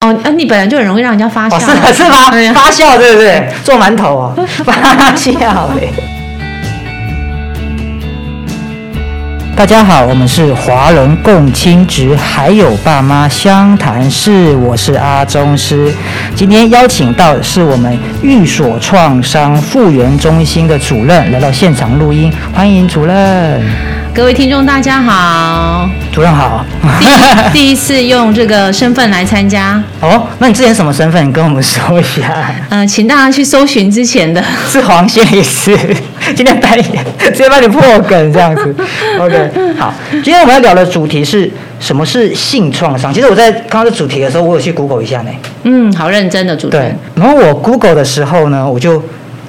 啊，你本来就很容易让人家 发笑哦，是吗？是吗？哎呀发酵对不对？做馒头啊， 发酵哎、大家好，我们是华人共青值，还有爸妈湘潭市，我是阿宗师。今天邀请到的是我们寓所创伤复原中心的主任来到现场录音，欢迎主任。各位听众大家好，主任好。 第一次用这个身份来参加，哦，那你之前什么身份？你跟我们说一下。呃，请大家去搜寻之前的。 是 黄心理师，今天半夜直接帮你破梗这样子。OK，好，今天我们要聊的主题是什么是性创伤？其实我在刚刚这主题的时候，我有去 Google 一下呢。嗯，好认真的主持对人。，然后我 Google 的时候呢，我就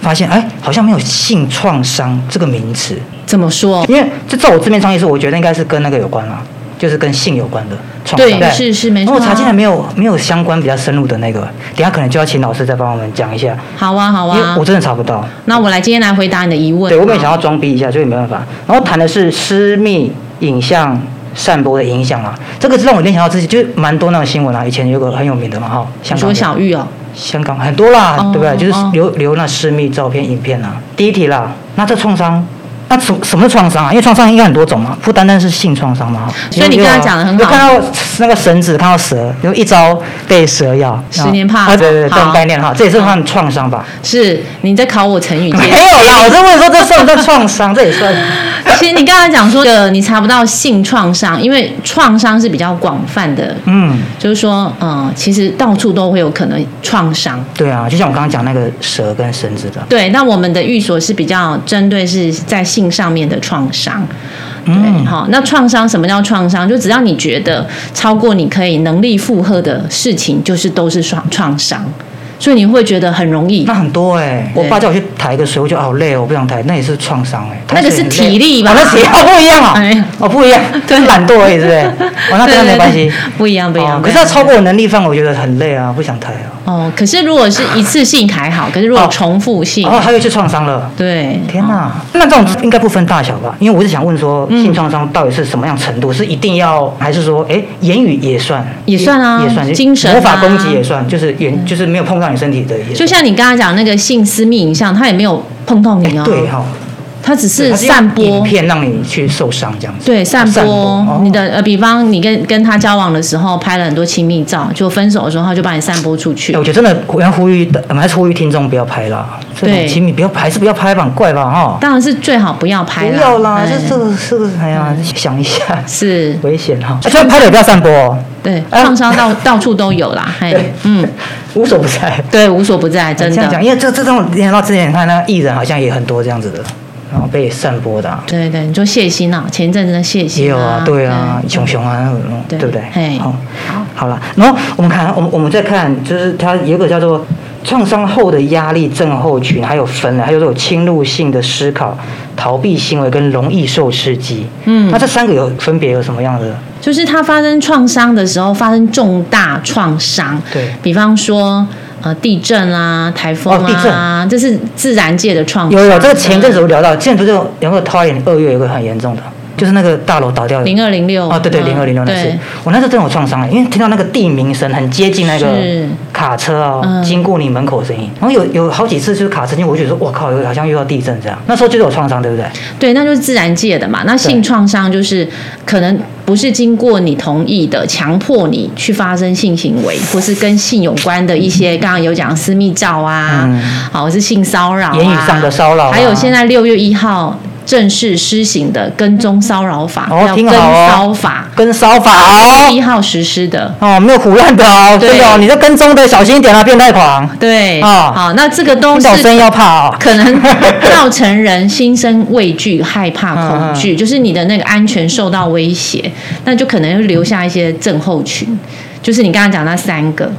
发现，哎，好像没有性创伤这个名词，怎么说？因为这照我字面上意思，我觉得应该是跟那个有关啦，就是跟性有关的创伤。对是是没错啊然后我查进来没有没有相关比较深入的那个，等一下可能就要请老师再帮我们讲一下，好啊，好因为啊我。真的查不到。那我来今天来回答你的疑问。对，我本来想要装逼一下，所以没办法。然后谈的是私密影像散播的影响啊，这个让我联想到自己，就是蛮多那种新闻啊，以前有个很有名的嘛哈，香你港说的小玉哦，香港很多啦，哦对不对？就是哦留留那私密照片、影片啊。第一题啦，那这创伤。那什什么是创伤啊？因为创伤应该很多种嘛，不单单是性创伤嘛。哈所以你有刚才讲得很好有看到那个绳子，看到蛇，有一招被蛇咬，十年怕啊对对对，好这种概念哈，这也是算创 伤吧？是你在考我成语 没界。有啦，我是问说这算不算创伤？这也算。 其实你刚才讲说的，你查不到性创伤，因为创伤是比较广泛的，嗯，就是说，嗯、其实到处都会有可能创伤。对啊，就像我刚刚讲那个蛇跟绳子的，对，那我们的寓所是比较针对是在性上面的创伤。嗯对，好、那创伤什么叫创伤？就只要你觉得超过你可以能力负荷的事情，就是都是创创伤，所以你会觉得很容易那。很多哎、对我爸叫我去抬一个水，我就好累哦，我不想抬，那也是创伤哎。那个是抬水很体累力吧哦那体力哦不一样哦，哎呀哦不一样， 对是懒惰而已，是不 是？哦，那对真对的没对关系。不一样，不一样。哦不可一是要样超过我能力范围，我觉得很累啊，不想抬啊。哦，可是如果是一次性还好，可是如果哦重复性，哦，他又去创伤了。对，天哦哪、那这种应该不分大小吧？因为我是想问说，嗯性创伤到底是什么样程度？是一定要，还是说，哎，言语也算，也算啊也算，就精神啊魔法攻击也算，就是言，就是没有碰到你身体的也算，就像你刚才讲那个性私密影像，它也没有碰到你哎哦，对哈、它只对是它用散影播。片让你去受伤这样子。对，散播散播哦你的呃，比方你跟跟他交往的时候拍了很多亲密照，就分手的时候他就把你散播出去哎我。觉得真的，我要呼吁的，我们还是呼吁听众不要拍啦。这对种亲密不要拍，还是不要拍吧，很怪吧，哈。当然是最好不要不拍要啦，哎嗯这这个这个，哎呀， 想一下，是危险哈。就算拍了也不要散播哦，对哎创伤到 到处都有啦，嘿对，嗯，无所不在。对，无所不在，真这样的讲，。因为这这种联想到之前，你看那个艺人好像也很多这样子的，然后被散播的啊对对，你说谢欣啊，哎前一阵子的谢欣也有啊，对啊，熊熊啊，那种对对不对？嘿好，好了，然后我们看，我们我们再看，就是它有一个叫做创伤后的压力症候群，还有分了，还有这种侵入性的思考、逃避行为跟容易受刺激。嗯哦那，这三个有分别有什么样的？就是他发生创伤的时候，发生重大创伤，对，比方说呃地震啊、台风哦地啊，这是自然界的创伤。有有，这个前阵子我聊到，之前不是有有个桃园二月有个很严重的，就是那个大楼倒掉的。零二零六嗯哦，对对，零二零六那次，我那时候真的有创伤欸，因为听到那个地名声很接近那个是卡车啊、嗯经过你门口的声音，然后有有好几次就是卡车经过，我就觉得说我靠，有好像又要地震这样，那时候就是有创伤，对不对？对，那就是自然界的嘛。那性创伤就是可能不是经过你同意的，强迫你去发生性行为，或是跟性有关的一些，刚刚有讲私密照啊，嗯好、是性骚扰、啊，言语上的骚扰啊还有现在六月一号正式施行的跟踪骚扰法，哦叫听跟好哦骚法，跟骚法一哦，号实施的。哦，没有胡乱的哦，对真的哦，你这跟踪的小心一点啊，变态狂，对，哦好，那这个都听是到声音要怕哦。 可能造成人心生畏惧、害怕、恐嗯惧，就是你的那个安全受到威胁，那就可能会留下一些症候群，就是你刚刚讲那三个，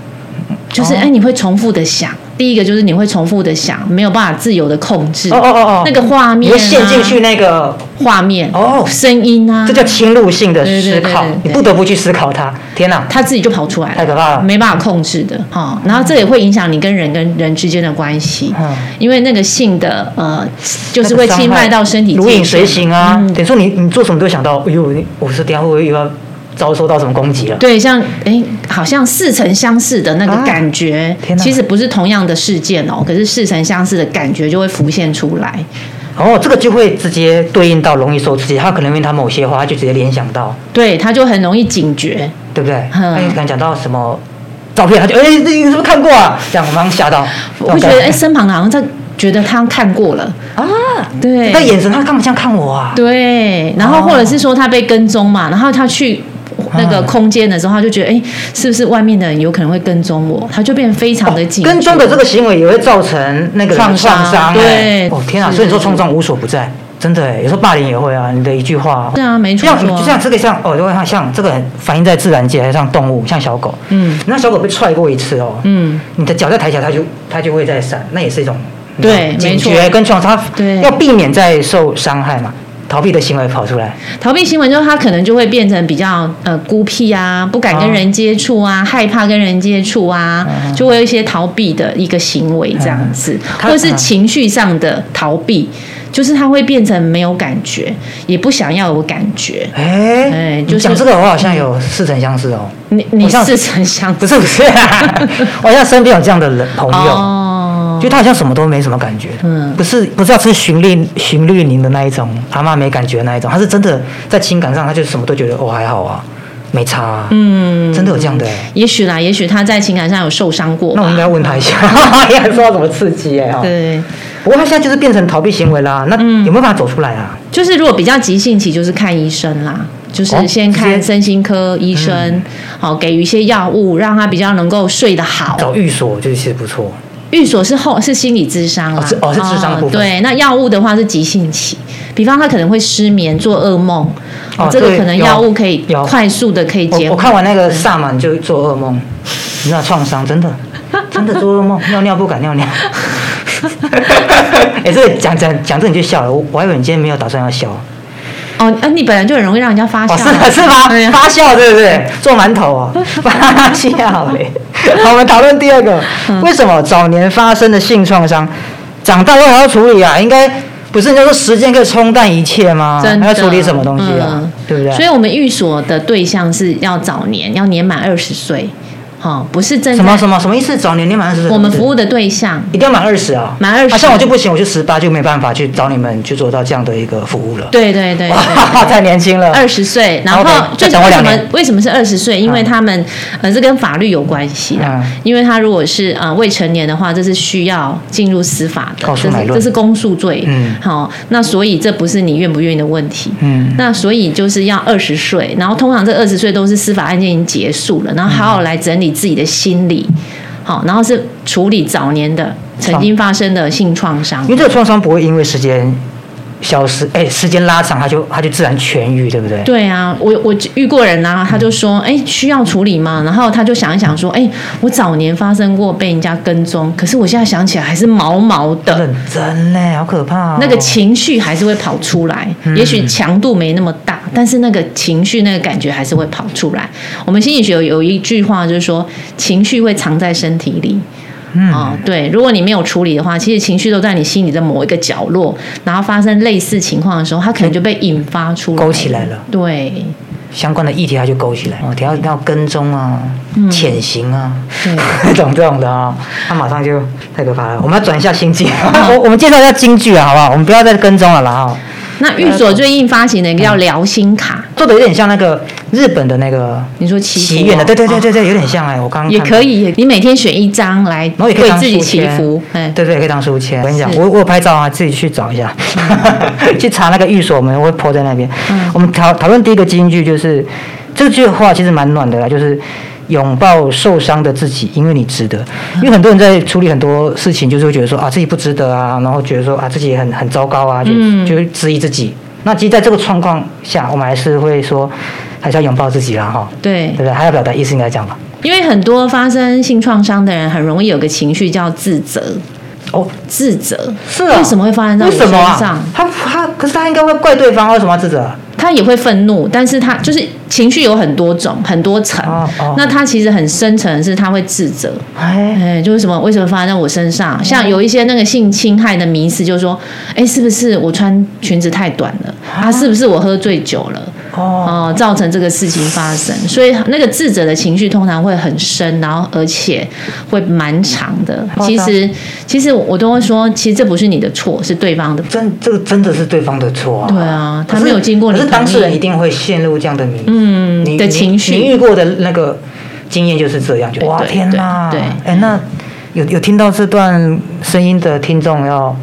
就是哦哎、你会重复的想，第一个就是你会重复的想，没有办法自由的控制，哦哦哦哦，那个画你面、啊，会陷进去那个，画面哦声音啊，这叫侵入性的对对思对考对对，你不得不去思考它。天哪，他自己就跑出来太了。可怕了！没办法控制的哈、然后这也会影响你跟人跟人之间的关系，嗯因为那个性的呃，就是会侵犯到身体，如影随形啊嗯。等于说你你做什么都会想到，哎呦，你我说等一下会不会又要遭受到什么攻击了。对，像哎，好像似曾相识的那个啊感觉，天哪其实不是同样的事件哦，可是似曾相识的感觉就会浮现出来。然后这个就会直接对应到容易受刺激，他可能因为他某些话，他就直接联想到，对，他就很容易警觉。对不对？嗯他就可能讲到什么照片，他就哎，这你是不是看 过啊？这样我马上吓到，我会觉得，哎，哎身旁的好像在觉得他看过了，啊，对那，眼神他干嘛这样看我啊？对，然后或者是说他被跟踪嘛，然后他去那个啊空间的时候，他就觉得，哎，是不是外面的人有可能会跟踪我？他就变得非常的警觉。哦跟踪的这个行为也会造成那个人创的伤创伤。对哎哦天啊！是所以说是创伤无所不在，真的哎。有时候霸凌也会啊，你的一句话是。啊，没就错，像没错就像这个像哦，就像像这个反映在自然界，还是像动物，像小狗，嗯那小狗被踹过一次哦，嗯，你的脚再抬起来，它就它就会再闪，那也是一种你知道对没警错觉跟创伤，对要避免再受伤害嘛，逃避的行为跑出来，逃避行为之后，他可能就会变成比较呃孤僻啊，不敢跟人接触啊，害怕跟人接触啊，嗯就会有一些逃避的一个行为这样子，他或者是情绪上的逃避，就是他会变成没有感觉，也不想要有感觉。哎、哎你就是讲这个我好像有似曾相识哦，你你我像似曾相不是不是、 我好像身边有这样的人朋友。哦就，他好像什么都没什么感觉，嗯嗯，不是不是要吃循绿循绿林的那一种，阿妈没感觉的那一种，他是真的在情感上，他就什么都觉得哦还好啊，没差、啊，嗯，真的有这样的、欸，也许啦，也许他在情感上有受伤过吧。那我们应该问他 一下，也还说到什么刺激哎、欸、哈，对，嗯不过他现在就是变成逃避行为啦，那有没有办法走出来啊？就是如果比较急性期，就是看医生啦，就是哦先直看接嗯身心科医生，好、给予一些药物，让他比较能够睡得好。找寓所就是其实不错，寓所是后是心理智商啦啊哦，是哦是智商的部分对，那药物的话是急性期，比方他可能会失眠、做噩梦，哦这个对可能有药物可以有快速的可以我减我缓。看完那个萨满就做噩梦，你知道创伤真的真的做噩梦， 尿尿不敢 尿尿。哎、这个讲讲讲这你就笑了，我我还以为你今天没有打算要笑。哦，啊，你本来就很容易让人家发笑，哦，是吗？是吗哎？呀发酵对不对？做馒头啊， 发酵嘞。好，我们讨论第二个，嗯为什么早年发生的性创伤，长大又还要处理啊？应该不是人家说时间可以冲淡一切吗？真的啊还要处理什么东西啊？嗯对不对？所以我们寓所的对象是要早年，要年满二十岁，好、不是正什么在什么什么意思？早年年满二十岁，我们什么意思服务的对象。一定要满二十啊，满20啊，像我就不行，我就十八就没办法去找你们去做到这样的一个服务了。对对对对哇， 太年轻了。二十岁，然后 OK，就再是为什等我两么年为什么是二十岁？因为嗯他们呃，这跟法律有关系的嗯。因为他如果是呃未成年的话，这是需要进入司法的，告诉这是乃论这是公诉罪。嗯好，那所以这不是你愿不愿意的问题。嗯，那所以就是要二十岁，然后通常这二十岁都是司法案件已经结束了，然后好好来整理自己的心理，好，然后是处理早年的曾经发生的性创伤因。为这个创伤不会因为时间消失，哎，时间拉长，它就它就自然痊愈，对不对？对啊，我我遇过人啊，他就说，哎、需要处理吗？然后他就想一想说，哎、我早年发生过被人家跟踪，可是我现在想起来还是毛毛的， 认真呢，好可怕、哦。那个情绪还是会跑出来，嗯也许强度没那么大，但是那个情绪那个感觉还是会跑出来。我们心理学有有一句话就是说，情绪会藏在身体里。嗯哦，对，如果你没有处理的话，其实情绪都在你心里的某一个角落，然后发生类似情况的时候，它可能就被引发出来，勾起来了。对，相关的议题，它就勾起来。哦，等一下一定要跟踪啊，嗯潜行啊，对那种 这种的啊、它马上就太可怕了。我们要转一 下心境，我我们介绍一下京剧啊，好不好？我们不要再跟踪了啦、哦。那寓所最近发行的一嗯个叫疗心卡，做的有点像那个日本的那个你说祈福哦祈愿的，对对对对对，有点像哎、我刚刚也看可以，也你每天选一张来然后也可以为当自己书祈签福，哎，对对，可以当书签。我跟你讲，是我我有拍照啊，自己去找一下， 去查那个寓所，我们会泼在那边。嗯我们讨讨论第一个金句，就是这句话其实蛮暖的啦，就是拥抱受伤的自己，因为你值得。因为很多人在处理很多事情，就是会觉得说啊自己不值得啊，然后觉得说啊自己很很糟糕啊，就、嗯就会质疑自己。那其实在这个状况下，我们还是会说，还是要拥抱自己啦，哈，对对不，对？还要表达意思应该讲吧。因为很多发生性创伤的人很容易有个情绪叫自责，哦，自责是啊，为什么会发生在我为身什么啊上？他他，可是他应该会怪对方啊，为什么要自责啊？他也会愤怒，但是他就是情绪有很多种、很多层哦哦。那他其实很深层的是他会自责，哎，哎，就是什么？为什么发生在我身嗯上？像有一些那个性侵害的啊迷思，就是说，哎，是不是我穿裙子太短了？啊，是不是我喝醉酒了？哦，哦，造成这个事情发生，所以那个智者的情绪通常会很深，然后而且会蛮长的。夸张其实，其实我都会说，其实这不是你的错，是对方的。真这个真的是对方的错啊。对啊可他没有经过你可是同意当事人一定会陷入这样的迷嗯你的你情绪你遇过的那个经验就是这样，就对哇对天哪！对哎，那有有听到这段声音的听众要。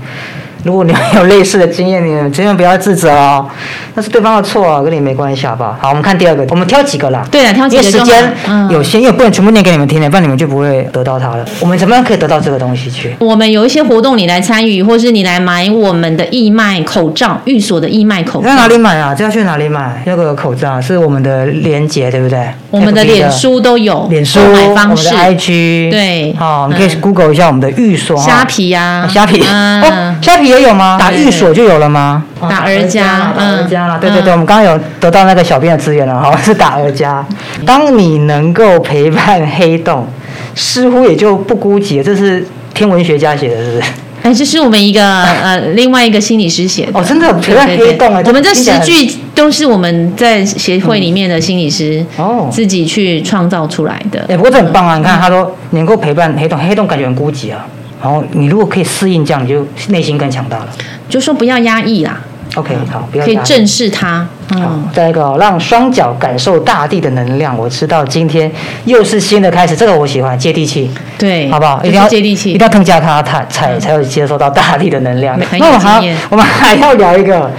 如果你们有类似的经验，你们千万不要自责哦，那是对方的错啊，跟你没关系，好不好？好，我们看第二个，我们挑几个啦。对啊挑几因个为就时好间嗯有限，因为不能全部念给你们听的，不然你们就不会得到它了。我们怎么样可以得到这个东西去？我们有一些活动，你来参与，或是你来买我们的义卖口罩，寓所的义卖口你罩在，哪里买啊？这要去哪里买？那个口罩是我们的连结，对不对？我们的 FB 脸、书都有脸书、购买我方们式的，IG，对好，你可以嗯 Google 一下我们的寓所哈虾皮呀啊，虾皮哦，嗯，虾皮也有吗？打对寓所就有了吗？打哦儿家打儿嗯家啦，对对对，嗯我们刚刚有得到那个小编的资源了哈，哦 是打儿家。嗯当你能够陪伴黑洞，似乎也就不孤寂了，这是天文学家写的，是不是？哎，这是我们一个呃另外一个心理师写的。哦，真的陪伴对对黑洞啊！我们这听起来十很句都是我们在协会里面的心理师哦自己去创造出来的。哎、不过这很棒啊！你看，他说能够陪伴黑洞，黑洞感觉很孤寂啊。然后你如果可以适应这样，你就内心更强大了。就说不要压抑啦， OK，好，不嗯要可以压抑正视它。好嗯，，再一个哦、让双脚感受大地的能量。我知道今天又是新的开始，这个我喜欢，接地气，对，好不好？就一是定要接地一气嗯定。要更加它才才才有接受到大地的能量。很有那我们经还要验我们还要聊一个，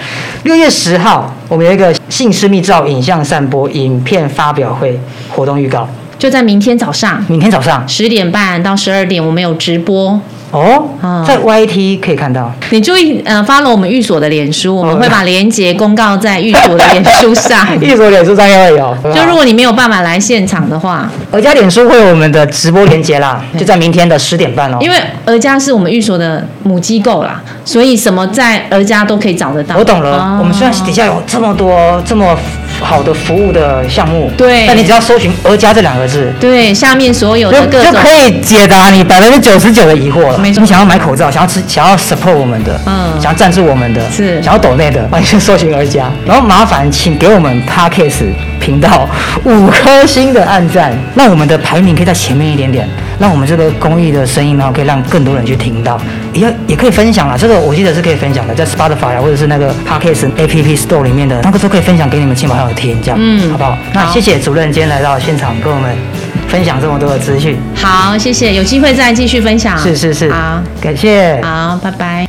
六月十号我们有一个性私密照影像散播影片发表会活动预告，就在明天早上明天早上十点半到十二点，我们有直播。哦嗯，在 YT 可以看到。。你注意，呃，follow 我们寓所的脸书，我们会把链接公告在寓所的脸书上哦 一所脸书上也会 有，就如果你没有办法来现场的话，我家脸书会有我们的直播连接啦，就在明天的十点半哦。嗯因为儿家是我们寓所的母机构啦，所以什么在儿家都可以找得到。我懂了哦，我们虽然底下有这么多这么好的服务的项目，对但你只要搜寻“儿家”这两个字，对下面所有就的各就种可以解答你百分之九十九的疑惑了。没错你想要买口罩，想要吃，想要 support 我们的，嗯想要赞助我们的，是想要抖内的，完全搜寻儿家。然后麻烦请给我们 Parkes 频道五颗星的暗赞，让我们的排名可以在前面一点点，让我们这个公益的声音，然后可以让更多人去听到，也要也可以分享啦。这个我记得是可以分享的，在 Spotify 啊，或者是那个 Parkes App Store 里面的那个都可以分享给你们亲朋好友听，这样，嗯好不好？那好谢谢主任今天来到现场跟我们分享这么多的资讯。好，谢谢，有机会再继续分享。是是是，好，感谢，好，拜拜。